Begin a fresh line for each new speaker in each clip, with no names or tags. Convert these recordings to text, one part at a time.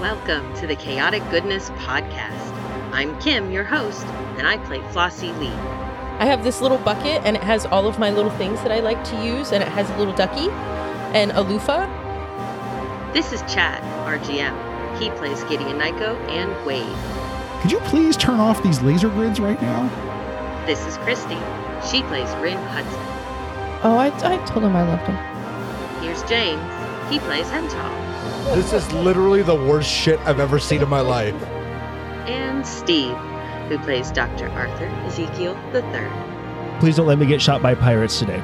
Welcome to the Chaotic Goodness Podcast. I'm Kim, your host, and I play Flossie Lee.
I have this little bucket and it has all of my little things that I like to use and it has a little ducky and a loofah.
This is Chad, our GM. He plays Gideon Nyko and Wade.
Could you please turn off these laser grids right now?
This is Christy. She plays Rin Hudson.
Oh, I, I told him I loved him.
Here's James. He plays Hental.
This is literally the worst shit I've ever seen in my life.
And Steve, who plays Dr. Arthur Ezekiel III.
Please don't let me get shot by pirates today.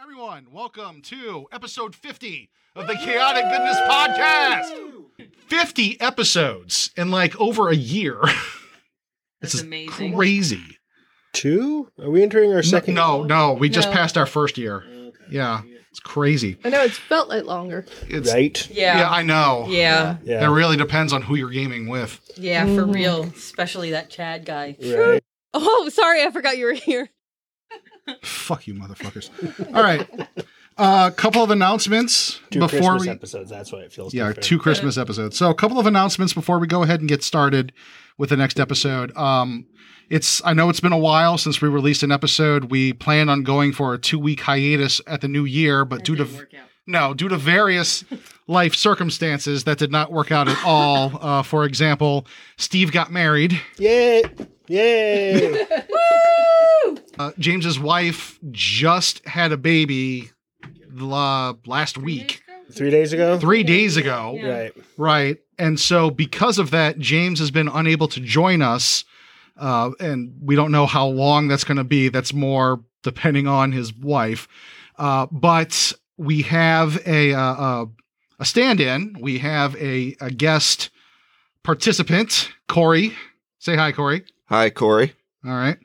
Everyone, welcome to episode 50 of the Chaotic Goodness Podcast. 50 episodes in like over a year. this is
amazing.
crazy.
Two? Are we entering our second?
No, no, we just
No.
passed our first year. Yeah, it's crazy.
I know it's felt like longer.
It's
Right?
Yeah.
yeah.
Yeah.
I know.
Yeah.
It really depends on who you're gaming with.
for real. Especially that Chad guy.
Right.
Oh, sorry, I forgot you were here.
Fuck you, motherfuckers. All right, a couple of announcements
Two
before
Christmas
we.
episodes. That's what it feels.
yeah,
different.
two Christmas episodes. So a couple of announcements before we go ahead and get started with the next episode. Um, it's I know it's been a while since we released an episode. We plan on going for a two week hiatus at the new year, but due to no, due to various life circumstances, that did not work out at all. Uh, for example, Steve got married.
Yay! Yay!
Uh, James's wife just had a baby la last week,
Three days Oh, ago?
three days ago.
Right.
Right. And so, because of that, James has been unable to join us. Uh, and we don't know how long that's going to be. That's more depending on his wife. Uh, but we have a, uh, uh, a stand in. We have a, a guest participant, Corey. Say hi, Corey.
Hi, Corey.
All right.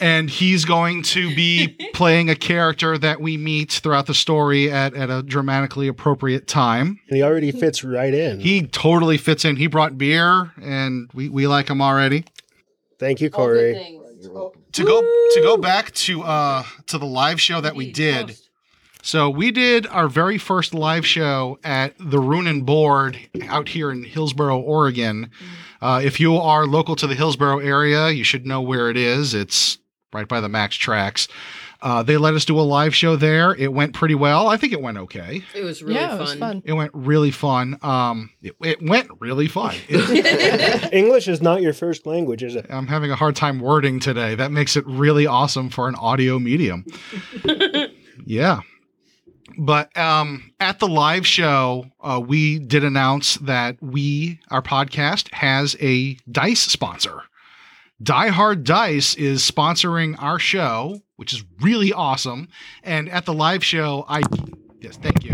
And he's going to be playing a character that we meet throughout the story at, at a dramatically appropriate time.
And he already fits right in.
He totally fits in. He brought beer, and we, we like him already.
Thank you, Corey.
To go to go back to uh to the live show that we did. So we did our very first live show at the Rune and Board out here in Hillsboro, Oregon. Uh, if you are local to the Hillsboro area, you should know where it is. It's right by the Max Tracks. Uh, they let us do a live show there. It went pretty well. I think it went okay.
It was really
yeah,
fun.
it was fun.
It went really fun. Um, it, it went really fun. It-
English is not your first language, is it?
I'm having a hard time wording today. That makes it really awesome for an audio medium. yeah. But um, at the live show, uh, we did announce that we, our podcast, has a dice sponsor. Die Hard Dice is sponsoring our show, which is really awesome. And at the live show, I yes, thank you,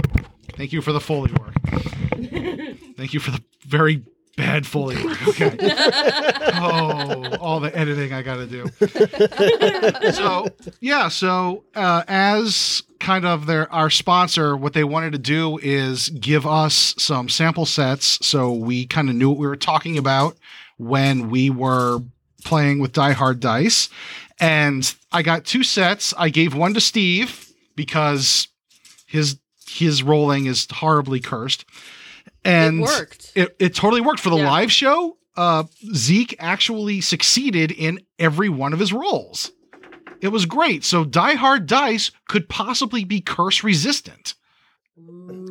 thank you for the foley work. thank you for the very bad foley work. Okay oh, all the editing I got to do. so yeah, so uh, as kind of their our sponsor, what they wanted to do is give us some sample sets, so we kind of knew what we were talking about when we were playing with Die Hard dice. And I got two sets. I gave one to Steve because his his rolling is horribly cursed. And
it worked.
it, it totally worked for the
Yeah.
live show. Uh, Zeke actually succeeded in every one of his rolls. It was great. So Die Hard Dice could possibly be curse resistant.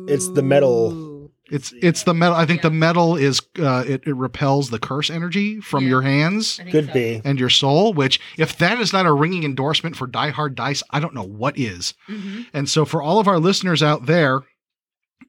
It's the metal.
Ooh.
It's it's the metal. I think the
Yeah.
metal is uh, it, it repels the curse energy from
Yeah.
your hands
I think
Could
so.
be.
and your soul. Which, if that is not a ringing endorsement for Die Hard Dice, I don't know what is.
Mhm.
And so, for all of our listeners out there,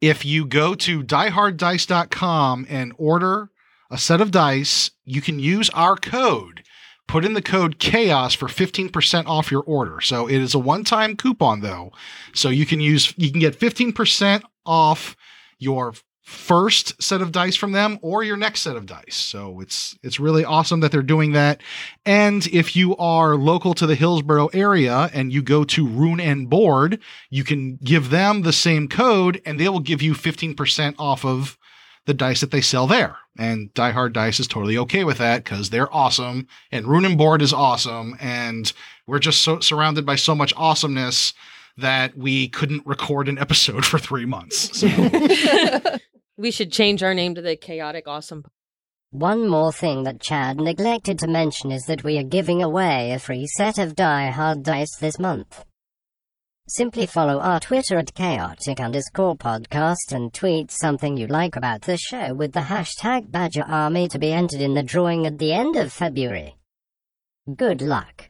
if you go to dieharddice.com and order a set of dice, you can use our code Put in the code chaos for 15% off your order. So it is a one-time coupon though. So you can use you can get 15% off your first set of dice from them or your next set of dice. So it's it's really awesome that they're doing that. And if you are local to the Hillsboro area and you go to Rune and Board, you can give them the same code and they will give you 15% off of the dice that they sell there. And Die Hard Dice is totally okay with that because they're awesome and Rune and Board is awesome. And we're just so surrounded by so much awesomeness that we couldn't record an episode for three months. So
We should change our name to the Chaotic Awesome.
One more thing that Chad neglected to mention is that we are giving away a free set of Die Hard dice this month. Simply follow our Twitter at chaotic underscore podcast and tweet something you like about the show with the hashtag Badger Army to be entered in the drawing at the end of February. Good luck.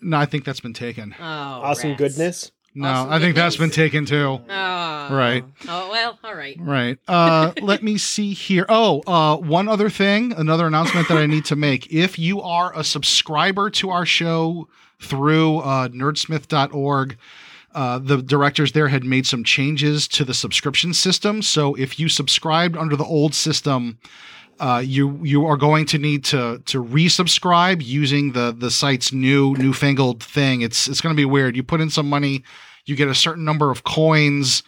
no, I think that's been taken.
Oh,
Awesome
rats.
goodness.
No,
Awesome
I think that's been
goodness.
taken too.
Oh.
Right.
Oh well. All right.
Right. Uh, let me see here. Oh, uh, one other thing, another announcement that I need to make. If you are a subscriber to our show through uh, nerdsmith.org, uh, the directors there had made some changes to the subscription system. So if you subscribed under the old system, uh, you you are going to need to to resubscribe using the the site's new newfangled thing. It's it's going to be weird. You put in some money, you get a certain number of coins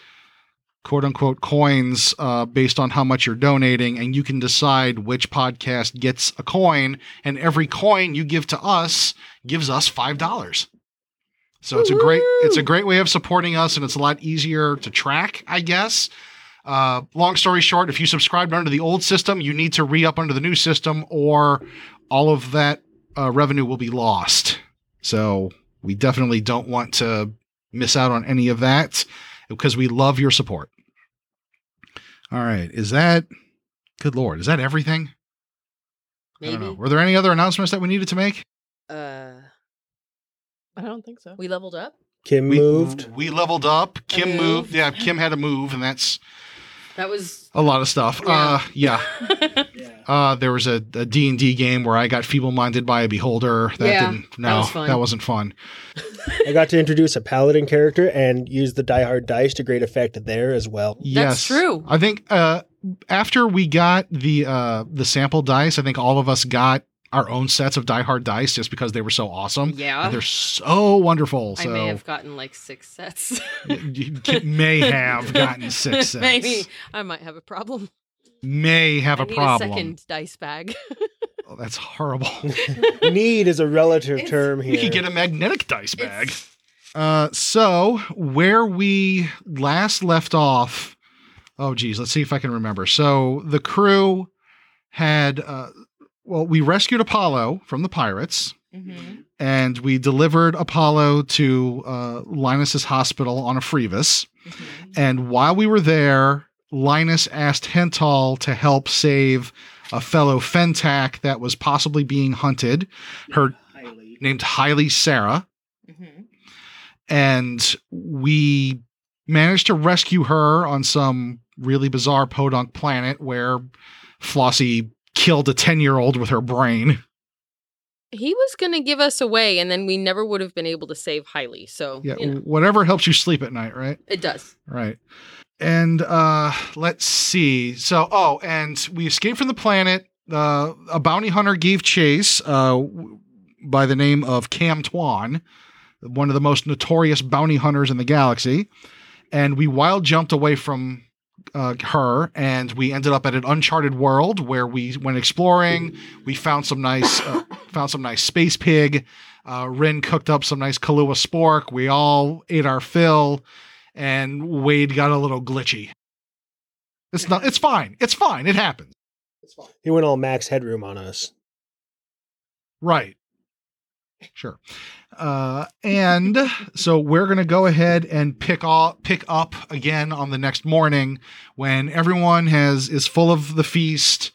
quote unquote coins uh, based on how much you're donating, and you can decide which podcast gets a coin. And every coin you give to us gives us five dollars. So it's a great it's a great way of supporting us, and it's a lot easier to track, I guess. Uh, long story short, if you subscribed under the old system, you need to re up under the new system, or all of that uh, revenue will be lost. So we definitely don't want to miss out on any of that because we love your support. All right. Is that good lord, is that everything? I don't know.
Maybe.
Were there any other announcements that we needed to make?
Uh,
I don't think so.
we leveled up.
Kim
We
moved.
We leveled up. Kim
moved.
moved. Yeah, Kim had a move, and that's
That was.
a lot of stuff. Uh yeah.
that
Uh there was a, a D&D game where I got feeble-minded by a beholder. That
Yeah,
didn't no,
was fun.
that wasn't fun.
I got to introduce a paladin character and use the Die Hard dice to great effect there as well.
Yes.
true.
I think uh after we got the uh the sample dice, I think all of us got our own sets of Die Hard dice just because they were so awesome.
Yeah.
And they're so wonderful.
I
So
may have gotten like six sets.
you c- may have gotten six sets.
Maybe I might have a problem.
May have
I
a
need
problem.
A second dice bag.
Oh, that's horrible.
Need is a relative
It's-
term here.
you could get a magnetic dice bag.
It's-
Uh, so where we last left off, oh geez, let's see if I can remember. So the crew had, uh, well, we rescued Apollo from the pirates. Mm-hmm. and we delivered Apollo to uh, Linus's hospital on a Frevis. And while we were there, Linus asked Hental to help save a fellow Fentac that was possibly being hunted, her named Hailey Sarah. And we managed to rescue her on some really bizarre podunk planet where Flossie killed a 10 year old with her brain.
He was going to give us away, and then we never would have been able to save Hailey. So,
Yeah,
you know,
whatever helps you sleep at night, right?
It does.
Right. And uh let's see. So oh, and we escaped from the planet. Uh, a bounty hunter gave chase uh w- by the name of Cam Twan, one of the most notorious bounty hunters in the galaxy. And we wild jumped away from uh, her, and we ended up at an uncharted world where we went exploring. We found some nice, uh, found some nice space pig. Uh, Rin cooked up some nice Kahlua spork. We all ate our fill and Wade got a little glitchy. It's not. It's fine. It's fine. It happens.
He went all max headroom on us.
Right. Sure. Uh, and so we're gonna go ahead and pick all pick up again on the next morning when everyone has is full of the feast.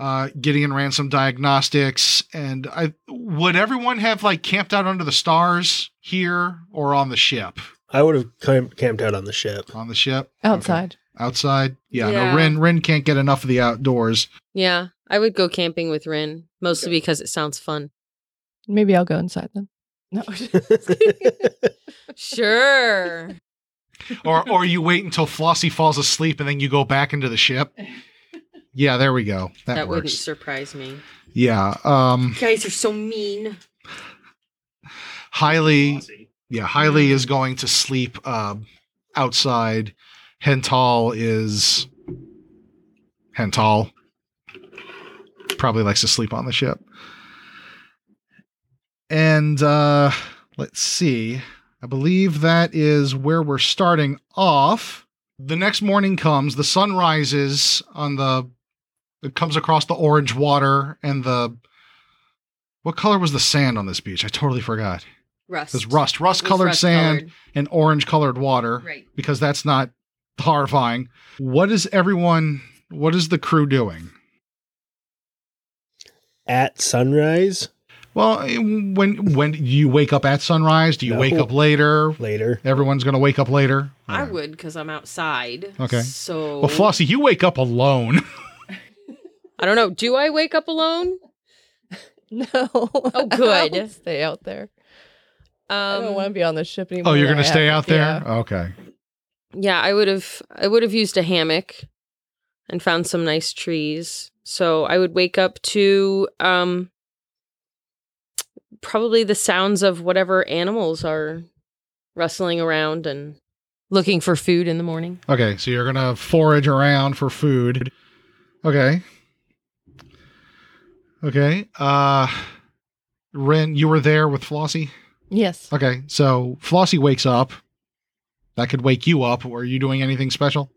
Uh, Gideon ran some diagnostics, and I would everyone have like camped out under the stars here or on the ship?
I would have cam- camped out on the ship.
On the ship
Outside.
Okay. outside. Yeah,
Yeah.
no. Rin Rin can't get enough of the outdoors.
yeah, I would go camping with Rin, mostly because it sounds fun.
Maybe I'll go inside then. No.
Sure.
or or you wait until Flossie falls asleep and then you go back into the ship. Yeah, there we go. That,
That, wouldn't
works.
surprise me.
Yeah. Um
guys are so mean.
Hailey yeah, Hailey is going to sleep uh outside. Hental is Hental probably likes to sleep on the ship. And uh let's see. I believe that is where we're starting off. The next morning comes, the sun rises on the it comes across the orange water and the what color was the sand on this beach? I totally forgot.
Rust.
It was rust, rust colored sand and orange colored water
Right.
because that's not horrifying. What is everyone what is the crew doing?
At sunrise
Well, eh, when when do you wake up at sunrise? Do you
No.
wake up later?
later.
Everyone's going to wake up later.
I
Alright.
would because I'm outside.
Okay.
So
Well, Flossie, you wake up alone.
I don't know. Do I wake up alone?
no. Oh,
good.
stay out there.
Um,
I don't want to be on the ship anymore.
oh, you're
than
going to
I
stay
am.
out there?
Yeah.
Okay.
yeah, I would have. I would have used a hammock and found some nice trees. So I would wake up to um, probably the sounds of whatever animals are rustling around and
Looking for food in the morning.
Okay, so you're going to forage around for food. Okay. Okay. Uh Ren, you were there with Flossie?
Yes.
Okay. So Flossie wakes up. That could wake you up. Were you doing anything special?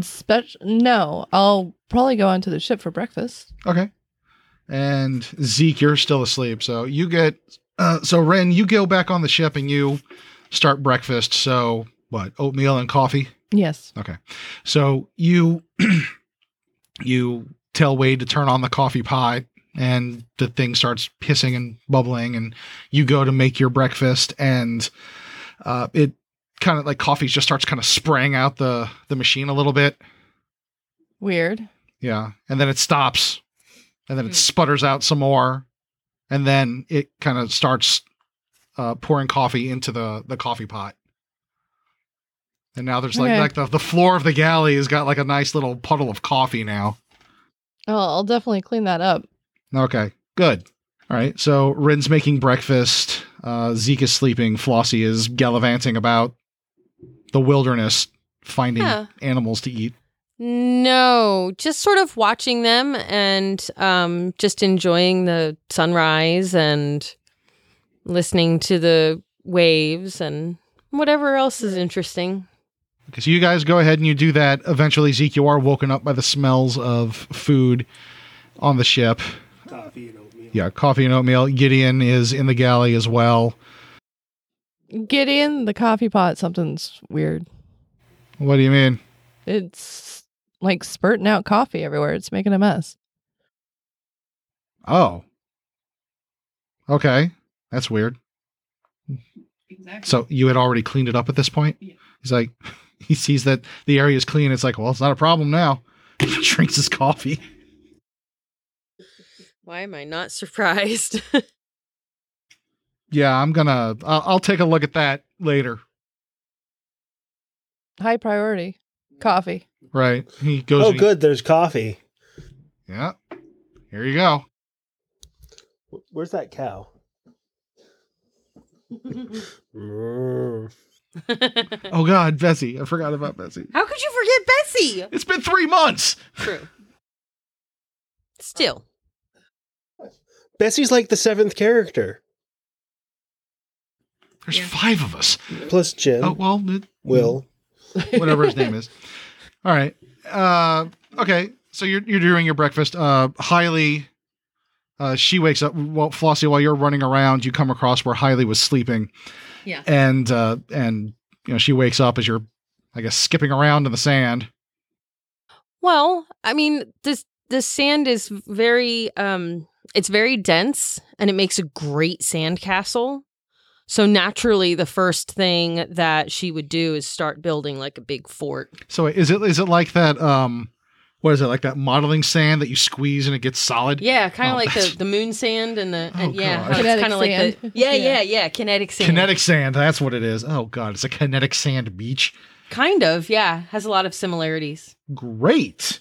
Spec- no, I'll probably go onto the ship for breakfast.
Okay. And Zeke, you're still asleep. So you get. Uh, so Ren, you go back on the ship and you start breakfast. So what? Oatmeal and coffee.
Yes.
So you you tell Wade to turn on the coffee pot, and the thing starts hissing and bubbling, and you go to make your breakfast, and uh, it kind of like coffee just starts kind of spraying out the the machine a little bit.
Weird.
Yeah. And then it stops. And then it
Hmm.
sputters out some more. And then it kind of starts uh, pouring coffee into the, the coffee pot. And now there's like
Okay.
like the, the floor of the galley has got like a nice little puddle of coffee now.
Oh, I'll definitely clean that up.
Okay. Good. All right. So Rin's making breakfast. Uh, Zeke is sleeping. Flossie is gallivanting about the wilderness, finding
Yeah.
animals to eat.
No, just sort of watching them and um, just enjoying the sunrise and listening to the waves and whatever else is interesting.
Okay, so you guys go ahead and you do that. Eventually, Zeke, you are woken up by the smells of food on the ship.
Coffee and oatmeal.
Yeah, coffee and oatmeal. Gideon is in the galley as well.
Gideon, the coffee pot, something's weird.
What do you mean?
It's like spurting out coffee everywhere. It's making a mess.
Oh. Okay. That's weird. Exactly. So you had already cleaned it up at this point? He's like, he sees that the area is clean. It's like, well, it's not a problem now. He drinks his coffee.
Why am I not surprised?
Yeah, I'm going to, I'll take a look at that later.
High priority. Coffee.
Right. He goes,
Oh,
and he-
good. There's coffee.
Yeah. Here you go.
Wh- Where's that cow? Mm.
Oh God, Bessie! I forgot about Bessie.
How could you forget Bessie?
It's been three months.
True. Still.
Bessie's like the seventh character,
There's five of us.
plus Jim,
Oh well, it-
Will.
whatever his name is. All right. Uh, okay. So you're you're doing your breakfast. Uh, Hailey, uh, she wakes up. Well, Flossie, while you're running around, you come across where Hailey was sleeping.
Yeah.
And uh, and you know she wakes up as you're, I guess, skipping around in the sand.
Well, I mean, this the sand is very um it's very dense and it makes a great sand castle. So naturally the first thing that she would do is start building like a big fort.
So is it is it like that um what is it like that modeling sand that you squeeze and it gets solid?
Yeah, kind
Oh,
of like
that's-
the, the moon sand and the and
Oh,
yeah,
God.
how it's kind of like
Kinetic
the
sand.
yeah,
Yeah.
yeah, yeah, kinetic sand.
Kinetic sand, that's what it is. Oh god, it's a kinetic sand beach.
kind of, yeah, has a lot of similarities.
Great.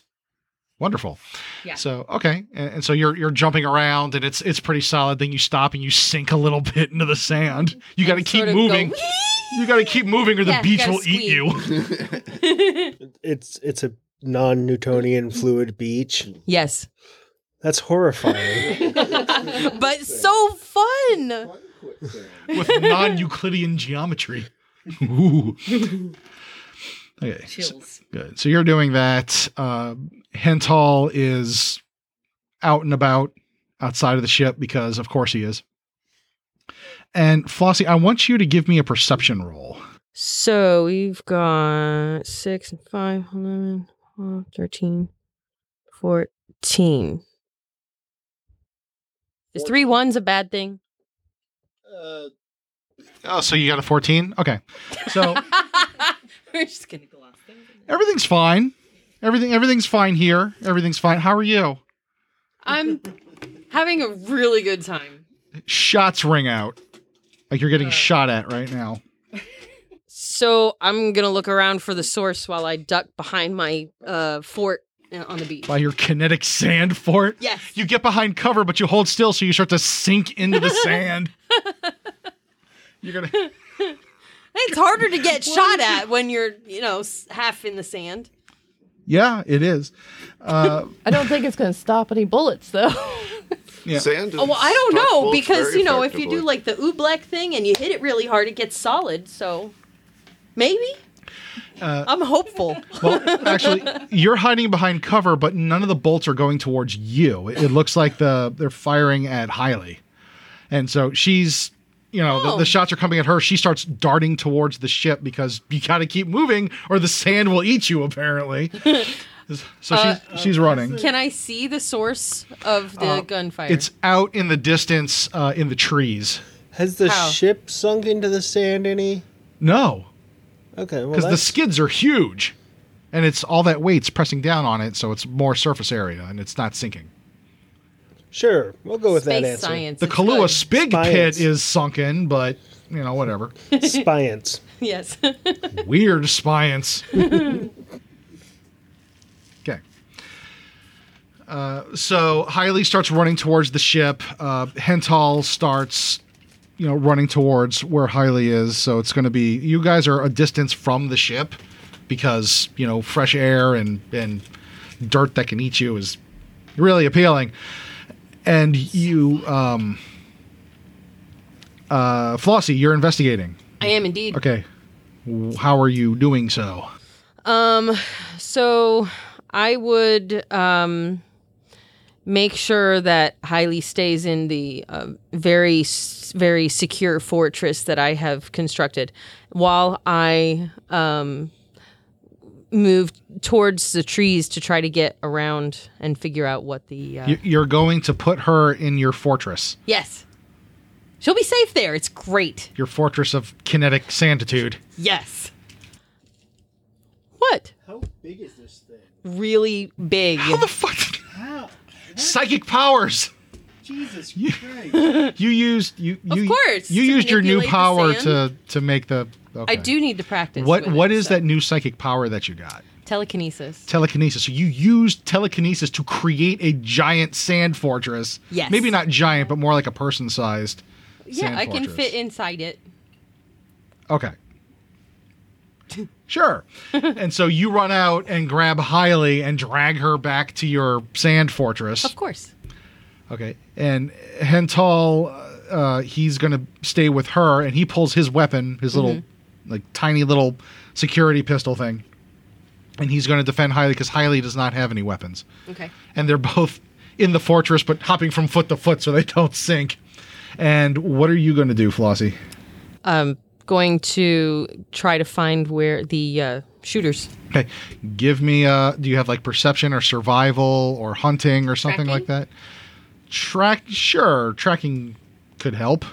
Wonderful.
Yeah.
So okay, and, and so you're you're jumping around and it's it's pretty solid. Then you stop and you sink a little bit into the sand. You got to
And
keep
sort of go,
moving. you got to keep moving or the
Yeah, you
beach
gotta
will eat you.
It's it's a non-Newtonian fluid beach.
Yes,
That's horrifying.
but so fun.
with non-Euclidean geometry. Ooh. Okay. so- good. So you're doing that. Uh, Henthal is out and about outside of the ship because, of course, he is. And Flossie, I want you to give me a perception roll.
So we've got six and five, 11, 12, 13, 14. Is three ones a bad thing?
Oh, so you got a 14? Okay. So
We're just gonna gloss things.
everything's fine. Everything, everything's fine here. Everything's fine. How are you?
I'm having a really good time.
Shots ring out. Like you're getting shot at right now.
So I'm gonna look around for the source while I duck behind my uh, fort uh, on the beach.
by your kinetic sand fort.
Yes.
You get behind cover, but you hold still, so you start to sink into the sand. You're gonna.
It's harder to get shot at when you're, you know, s- half in the sand.
Yeah, it is.
I don't think it's going to stop any bullets, though.
Yeah.
Sand.
Oh, well, I don't know because you know if you do like the oobleck thing and you hit it really hard, it gets solid. So maybe I'm hopeful.
Well, actually, you're hiding behind cover, but none of the bolts are going towards you. It, it looks like the they're firing at Hiley, and so she's. You know, the,
Oh.
the shots are coming at her. She starts darting towards the ship because you got to keep moving or the sand will eat you, apparently. so
Uh,
she's, she's running.
Can I see the source of the gunfire?
It's out in the distance uh, in the trees.
Has the
How?
ship sunk into the sand any?
No,
Okay, well
because the
that's,
skids are huge, and it's all that weight's pressing down on it, so it's more surface area and it's not sinking.
sure. We'll go with that
space
answer.
science.
The
it's
Kalua
good.
Spig
Science.
pit is sunken, but you know whatever.
Science.
Yes.
Weird science. okay. Uh, so Hailey starts running towards the ship. Uh, Hental starts, you know, running towards where Hailey is. So it's going to be you guys are a distance from the ship because you know fresh air and and dirt that can eat you is really appealing. And you, um, uh, Flossie, you're investigating.
I am indeed.
Okay. W- How are you doing so?
Um, so I would um make sure that Hailey stays in the um very s- very secure fortress that I have constructed while I um move towards the trees to try to get around and figure out what the uh,
You- You're going to put her in your fortress,
yes. She'll be safe there. It's great.
your fortress of kinetic sanditude.
Yes. What?
How big is this thing?
Really big.
How the fuck? Psychic powers.
Jesus
You used you.
Of
you
course,
You
to
used your new
manipulate the
power to
sand.
to make the.
I
okay.
do need to practice.
What
with
what
it,
is
so-
that new psychic power that you got?
Telekinesis.
Telekinesis. So you used telekinesis to create a giant sand fortress.
Yes.
Maybe not giant, but more like a person sized.
Yeah, I can fit inside it.
Okay. Sure. and so you run out and grab Hailey and drag her back to your sand fortress.
Of course.
Okay. And Hental, uh, he's going to stay with her and he pulls his weapon, his
Mm-hmm.
little, like, tiny little security pistol thing. And he's going to defend Hailey because Hailey does not have any weapons.
Okay.
And they're both in the fortress but hopping from foot to foot so they don't sink. And what are you going to do, Flossie?
Um, going to try to find where the uh, shooters.
Okay, give me. Uh, do you have like perception or survival or hunting or something like that? Track, sure. Tracking could help.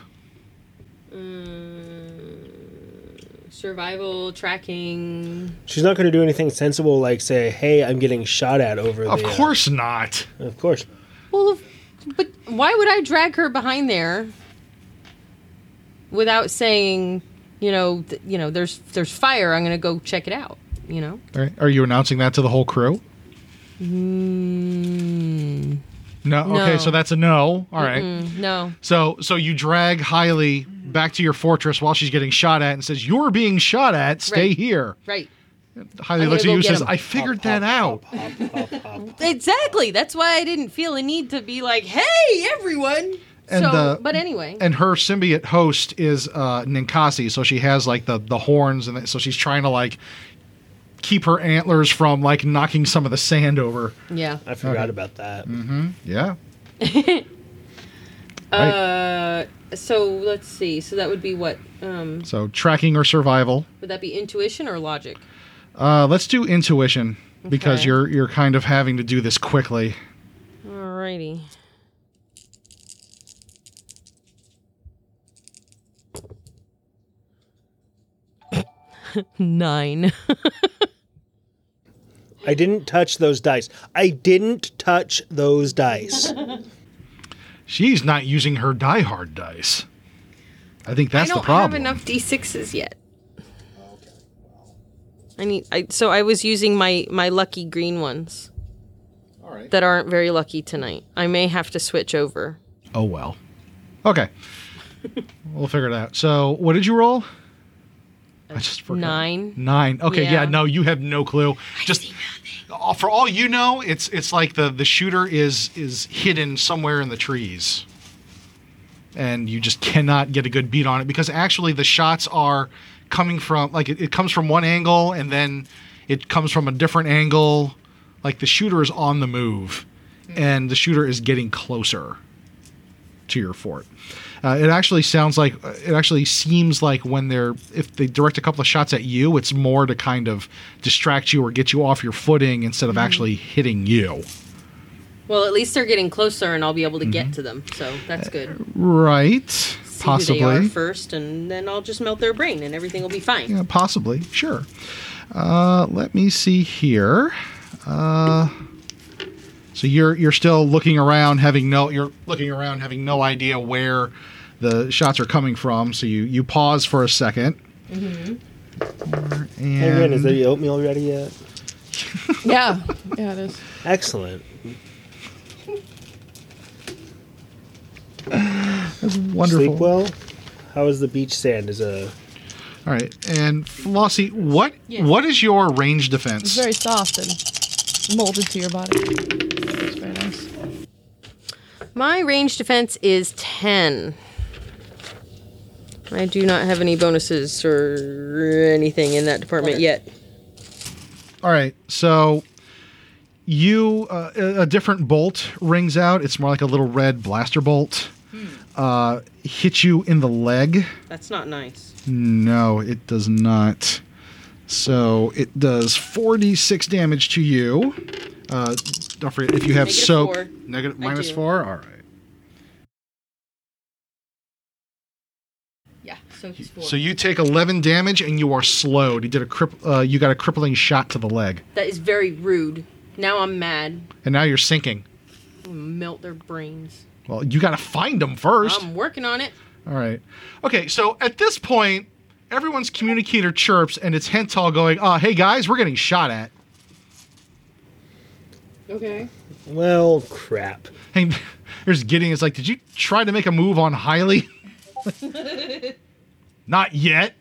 survival tracking.
She's not going to do anything sensible like say, "Hey, I'm getting shot at over
Of
the." uh,
course not.
of course.
Well, of- but why would I drag her behind there without saying, you know, th- you know, there's there's fire. I'm gonna go check it out. You know,
All right. Are you announcing that to the whole crew?
Mm,
No. Okay,
No.
so that's a no. All right.
no,
So so you drag Hailey back to your fortress while she's getting shot at and says, You're being shot at, stay
Right.
here.
right?
Hailey
I'm
looks at
gonna
you and
go get
says,
him.
I figured that out.
Exactly. That's why I didn't feel a need to be like, hey, everyone.
And uh,
so,
the-
but anyway,
And her symbiote host is uh Ninkasi, so she has like the the horns and so she's trying to like keep her antlers from like knocking some of the sand over.
yeah.
I forgot about that.
Yeah.
Uh, so let's see. So that would be what? Um,
So tracking or survival.
would that be intuition or logic?
Uh, let's do intuition because
Okay.
you're you're kind of having to do this quickly.
Alrighty. Nine.
I didn't touch those dice. I didn't touch those dice.
She's not using her diehard dice. I think that's
I
the
don't have
problem.
enough d sixes yet. I need. I so I was using my my lucky green ones.
Alright.
That aren't very lucky tonight. I may have to switch over.
Oh well. Okay. we'll figure it out. So what did you roll? I just forgot.
Nine.
Nine. Okay, yeah.
Yeah.
no, you have no clue. Just all- for all you know, it's it's like the the shooter is is hidden somewhere in the trees. And you just cannot get a good beat on it because actually the shots are coming from like it, it comes from one angle and then it comes from a different angle. Like the shooter is on the move and the shooter is getting closer to your fort. Uh, it actually sounds like it actually seems like when they're if they direct a couple of shots at you, it's more to kind of distract you or get you off your footing instead of
Mm-hmm.
actually hitting you.
Well, at least they're getting closer, and I'll be able to
Mm-hmm.
get to them. So that's good.
Right?
See who
possibly.
they are first, and then I'll just melt their brain, and everything will be fine.
Yeah, possibly. Sure. Uh, let me see here. Uh, so you're you're still looking around, having no you're looking around, having no idea where the shots are coming from. So you you pause for a 2nd
Mm-hmm. Hey, Ren, is
And
the oatmeal ready yet?
Yeah. Yeah, it is.
Excellent.
that's wonderful.
Sleep well. How is the beach sand? Is uh, a
All right, and Flossie, what what is your range defense?
It's very soft and molded to your body. It's very nice.
My range defense is 10. I do not have any bonuses or anything in that department yet.
All right, so you uh, a a different bolt rings out. It's more like a little red blaster bolt.
Hmm.
Uh, hits you in the leg.
That's not nice.
No, it does not. So it does 46 damage to you. Uh, don't forget if you have
Negative
soak.
four.
Negative
I
minus
do.
four. All right.
Yeah, so he's four.
So you take 11 damage and you are slowed. You did a crip- uh, you got a crippling shot to the leg,
That is very rude. Now I'm mad.
and now you're sinking.
I'm gonna melt their brains.
Well, you got to find them first.
I'm working on it.
All right. Okay, so at this point, everyone's communicator chirps and it's Hental going, uh, hey guys, we're getting shot at.
okay.
well, crap.
Hey, there's Gideon. It's like, did you try to make a move on Hiley? Not yet.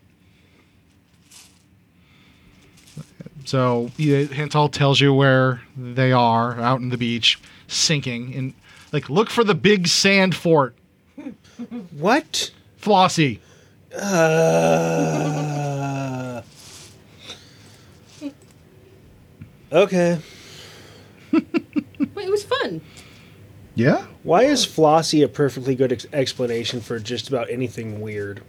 So yeah, Hental tells you where they are out in the beach, sinking, and like look for the big sand fort,
What?
Flossie.
Uh, okay.
Wait, it was fun.
Yeah.
Why is Flossie a perfectly good ex- explanation for just about anything weird?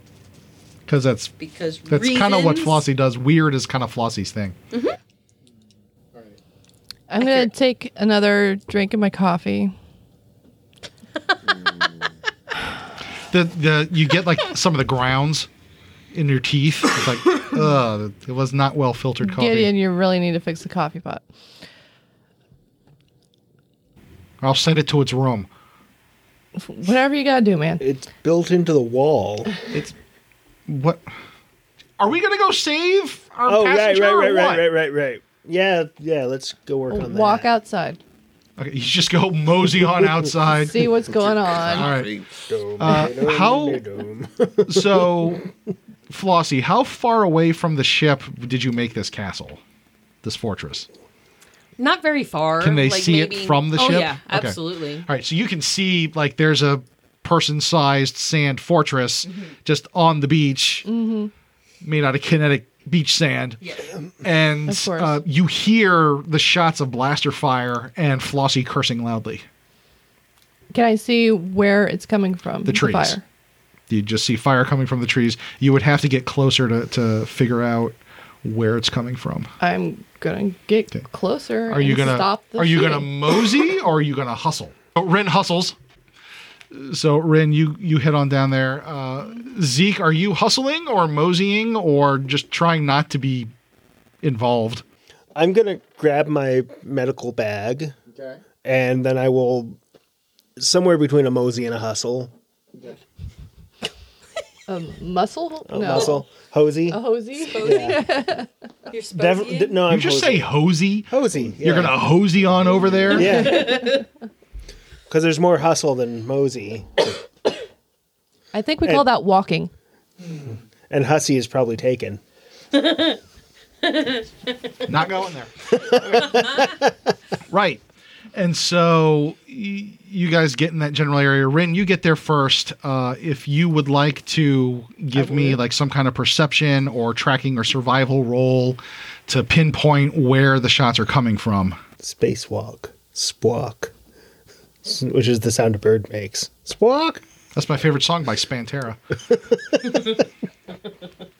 Because that's
Because
that's kind of what
reasons-
Flossie does. Weird is kind of Flossie's thing.
I'm going to take another drink of my coffee.
the the you get like some of the grounds in your teeth. It's like, ugh, it was not well filtered coffee.
Gideon, you really need to fix the coffee pot.
I'll send it to its room.
Whatever you gotta do, man.
It's built into the wall.
It's what? Are we gonna go save our
Oh, right,
passenger
right, right,
or
right,
what?
right, right, right. Yeah, yeah. Let's go work on that.
Walk outside.
Okay, you just go mosey on outside.
See what's going on.
All right. Uh, how so, Flossie? How far away from the ship did you make this castle, this fortress?
Not very far.
Can they see it from the
oh,
ship?
yeah,
Okay.
absolutely.
All right, so you can see like there's a person-sized sand fortress
Mm-hmm.
just on the beach, made out of kinetic beach sand, and
Of course.
uh, you hear the shots of blaster fire and Flossie cursing loudly.
Can I see where it's coming from?
The trees.
fire.
You just see fire coming from the trees. You would have to get closer to to figure out where it's coming from.
I'm gonna get closer.
Are you
and
gonna
stop the
Are you gonna
shooting.
mosey or are you gonna hustle? Oh, Ren hustles. So Ren, you you head on down there. Uh, Zeke, are you hustling or moseying or just trying not to be involved?
I'm gonna grab my medical bag, and then I will somewhere between a mosey and a hustle,
muscle?
a
no.
muscle, hosey.
A hosey?
Def- d- no, I'm
you just say
hosey.
hosey.
hosey.
You're
yeah.
gonna hosey on over there.
yeah, because there's more hustle than mosey,
I think we call that walking.
and hussy is probably taken.
Not going there. right. And so y- you guys get in that general area. Rin, you get there first. Uh, if you would like to give me like some kind of perception or tracking or survival role to pinpoint where the shots are coming from.
Spacewalk, squawk, s- which is the sound a bird makes. Squawk.
That's my favorite song by Spantera.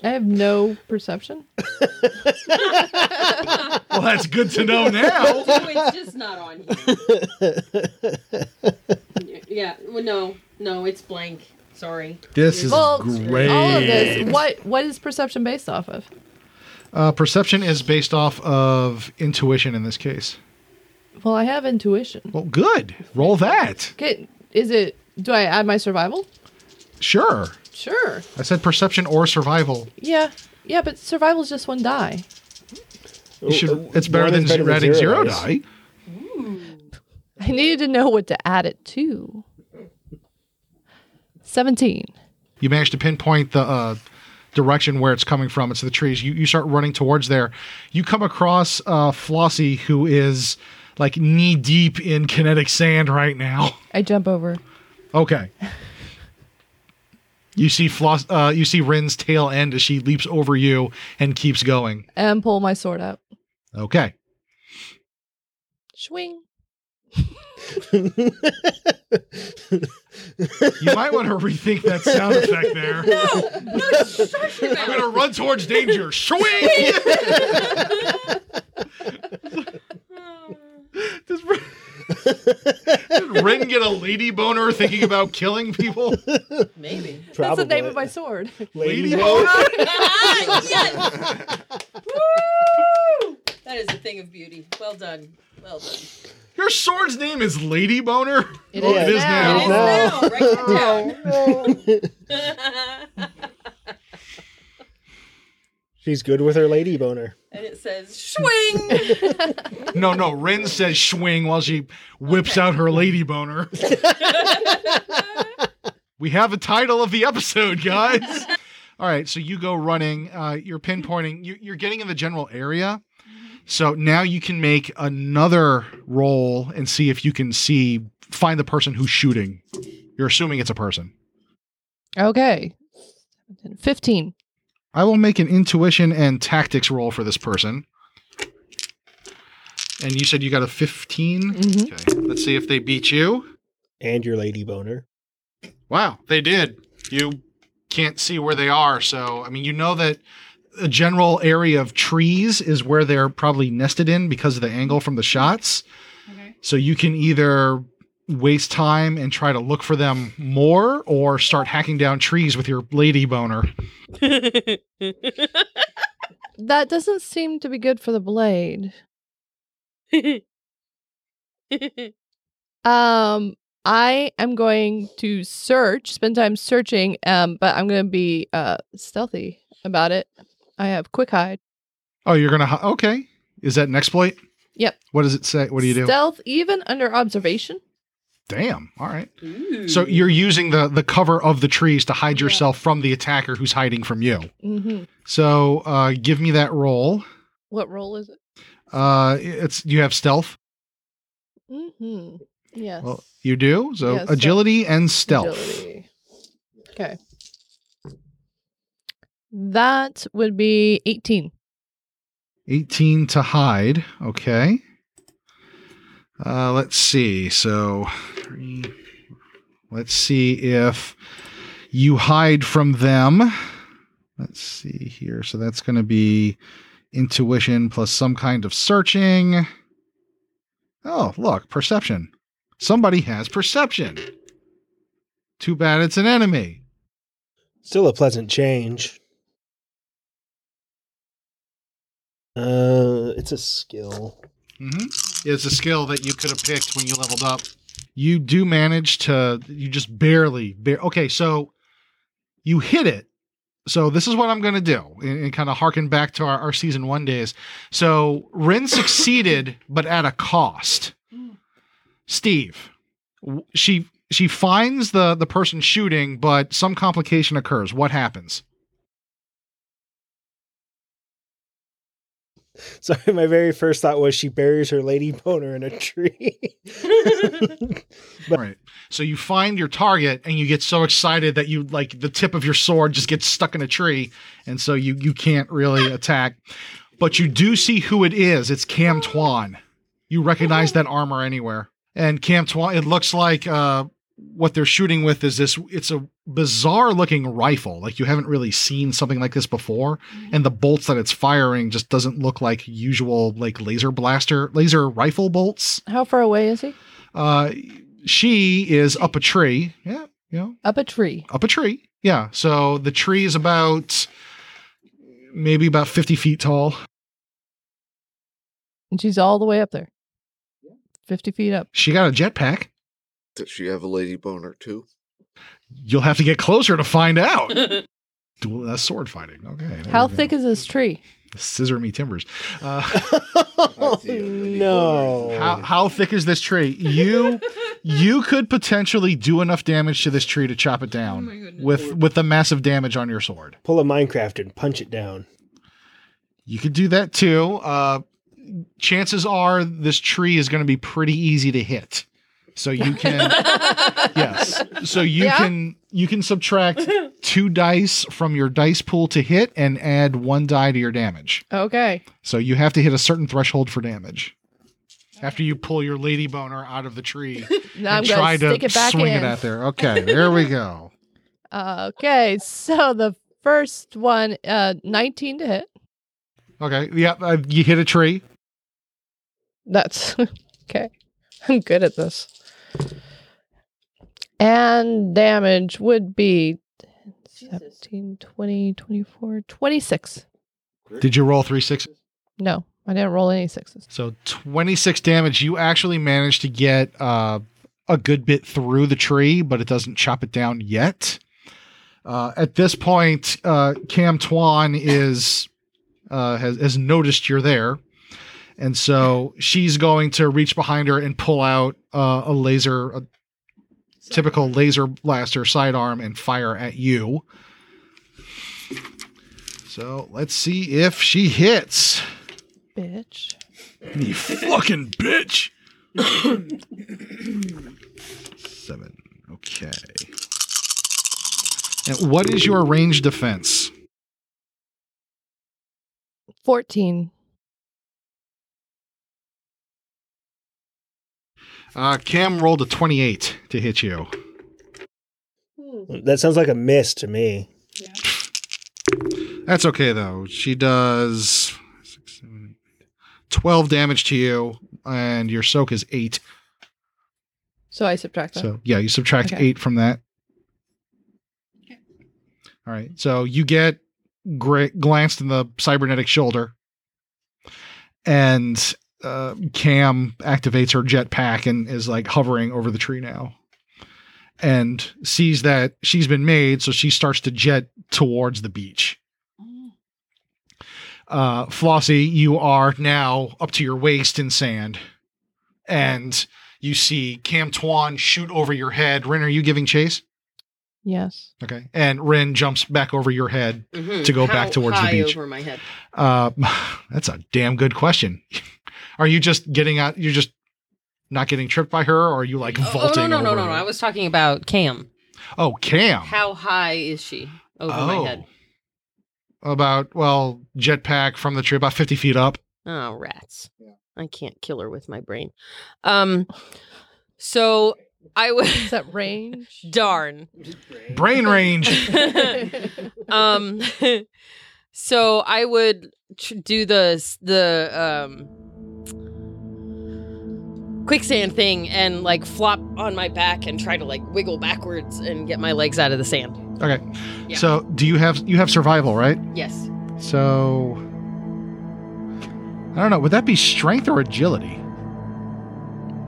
I have no perception.
Well, that's good to know now.
it's just not on here. yeah. Well, no, no, it's blank. Sorry.
This is
Well,
great.
all of this. What what is perception based off of?
Uh, perception is based off of intuition in this case.
Well, I have intuition.
Well, good. Roll that.
Okay, is it? Do I add my survival?
Sure.
Sure.
I said perception or survival.
Yeah. Yeah, but survival is just one die.
You should, it's better
Oh, One
than
is better than
adding zero
zero,
die.
right?
I needed to know what to add it to. Seventeen.
You managed to pinpoint the uh, direction where it's coming from. It's the trees. You, you start running towards there. You come across uh, Flossie, who is like knee deep in kinetic sand right now.
I jump over.
Okay. You see Floss. Uh, you see Rin's tail end as she leaps over you and keeps going.
and pull my sword out.
Okay.
Swing.
You might want to rethink that sound effect there. I'm gonna run towards danger. Swing! Does, Ren- Did Ren get a lady boner thinking about killing people?
Maybe.
That's
Probably.
the name of my sword.
Lady boner?
Ah, That is a thing of beauty. Well done. Well done.
Your sword's name is Lady Boner?
It
Oh,
is
it is
now.
now.
Oh.
No.
Write it down.
She's good with her lady boner.
And it says swing.
No, no. Ren says swing while she whips out her lady boner. we have a title of the episode, guys. All right, so you go running. Uh, you're pinpointing. You're, you're getting in the general area. So now you can make another roll and see if you can see find the person who's shooting. You're assuming it's a person.
Okay. Fifteen.
I will make an intuition and tactics roll for this person. And you said you got a 15.
Mm-hmm.
Mhm.
Okay. Let's see if they beat you.
And your lady boner.
Wow, they did. You can't see where they are. So, I mean, you know that a general area of trees is where they're probably nested in because of the angle from the shots. Okay. So you can either waste time and try to look for them more or start hacking down trees with your lady boner?
That doesn't seem to be good for the blade. Um, I am going to search, spend time searching, um, but I'm going to be uh stealthy about it. I have quick hide.
Oh, you're going to. Hu- okay. Is that an exploit?
Yep.
What does it say? What do you do?
Stealth even under observation.
Damn. All right. So you're using the, the cover of the trees to hide yourself from the attacker who's hiding from you.
Mm-hmm.
So uh, give me that roll.
What role is it?
Uh, it's you have stealth.
Mm-hmm. Yes.
Well, you do. So
Yeah, stealth.
agility and stealth.
Agility. Okay. That would be 18.
18 to hide. Okay. Uh, let's see. So, three. let's see if you hide from them. Let's see here. So, that's going to be intuition plus some kind of searching. Oh, look, perception. Somebody has perception. Too bad it's an enemy.
Still a pleasant change. Uh, it's a skill.
Mm-hmm. It's a skill that you could have picked when you leveled up. You do manage to, you just barely, bar- okay, so you hit it. So this is what I'm going to do and, and kind of harken back to our, our season one days. So Rin succeeded, but at a cost. Steve, w- she, she finds the, the person shooting, but some complication occurs. What happens?
Sorry, my very first thought was she buries her lady boner in a tree.
right. So you find your target and you get so excited that you like the tip of your sword just gets stuck in a tree and so you you can't really attack. But you do see who it is. It's Cam Twan. You recognize that armor anywhere. And Cam Twan it looks like uh what they're shooting with is this it's a bizarre looking rifle like you haven't really seen something like this before and the bolts that it's firing just doesn't look like usual like laser blaster laser rifle bolts
How far away is he?
uh, she is up a tree. Yeah, you know,
Up a tree.
up a tree. Yeah. So the tree is about maybe about 50 feet tall.
And she's all the way up there. 50 feet up.
She got a jetpack.
Does she have a lady boner too?
You'll have to get closer to find out. Duel, that's sword fighting. Okay. there
How
we go.
thick is this tree?
Scissor me timbers. Uh,
oh,
see a lady
no.
how, how thick is this tree? You you could potentially do enough damage to this tree to chop it down with with the massive damage on your sword.
Pull a Minecraft and punch it down.
You could do that too. Uh, chances are this tree is going to be pretty easy to hit. So you can yes. So you
Yeah.
can you can subtract two dice from your dice pool to hit and add one die to your damage.
Okay.
So you have to hit a certain threshold for damage. After you pull your lady boner out of the tree
Now
and
I'm
try
going to
to
stick it back
swing
in.
it out there. Okay, there we go.
Okay. So the first one, uh, 19 to hit.
Okay, yeah, uh, you hit a tree.
That's okay. I'm good at this. And damage would be 17, 20, 24, 26.
Did you roll three sixes?
No, I didn't roll any sixes.
So 26 damage. You actually managed to get uh, a good bit through the tree, but it doesn't chop it down yet. Uh, at this point, uh, Cam Twan is uh, has, has noticed you're there, and so she's going to reach behind her and pull out uh, a laser, a typical laser blaster sidearm, and fire at you. So let's see if she hits.
Bitch.
You fucking bitch. Seven. Okay. And what is your range defense?
14.
Uh, Cam rolled a 28 to hit you.
Hmm.
That sounds like a miss to me.
That's okay, though. She does six, seven, eight, 12 damage to you, and your soak is eight.
So I subtract that.
So yeah, you subtract
Okay.
eight from that. All right. So you get gra- glanced in the cybernetic shoulder, and uh, Cam activates her jetpack and is like hovering over the tree now, and sees that she's been made. So she starts to jet towards the beach. Uh, Flossie, you are now up to your waist in sand, and you see Cam Tuan shoot over your head. Rin, are you giving chase?
yes.
Okay. And Rin jumps back over your head
Mm-hmm.
Mhm.
to go back
How
towards the
high
beach.
over my head?
Uh, that's a damn good question. are you just getting out? You're just not getting tripped by her, or are you like
Oh,
vaulting?
no, no, no,
over
no, no.
her?
I was talking about Cam.
Oh, Cam.
How high is she over
Oh.
my head?
About well, jetpack from the tree, about fifty feet up.
Oh, rats. I can't kill her with my brain. Um, so I was.
Is that range?
Darn.
Brain range.
um, so I would tr- do the the um quicksand thing and like flop on my back and try to like wiggle backwards and get my legs out of the sand.
Okay.
Yeah.
So do you have you have survival, right?
Yes.
So I don't know. Would that be strength or agility?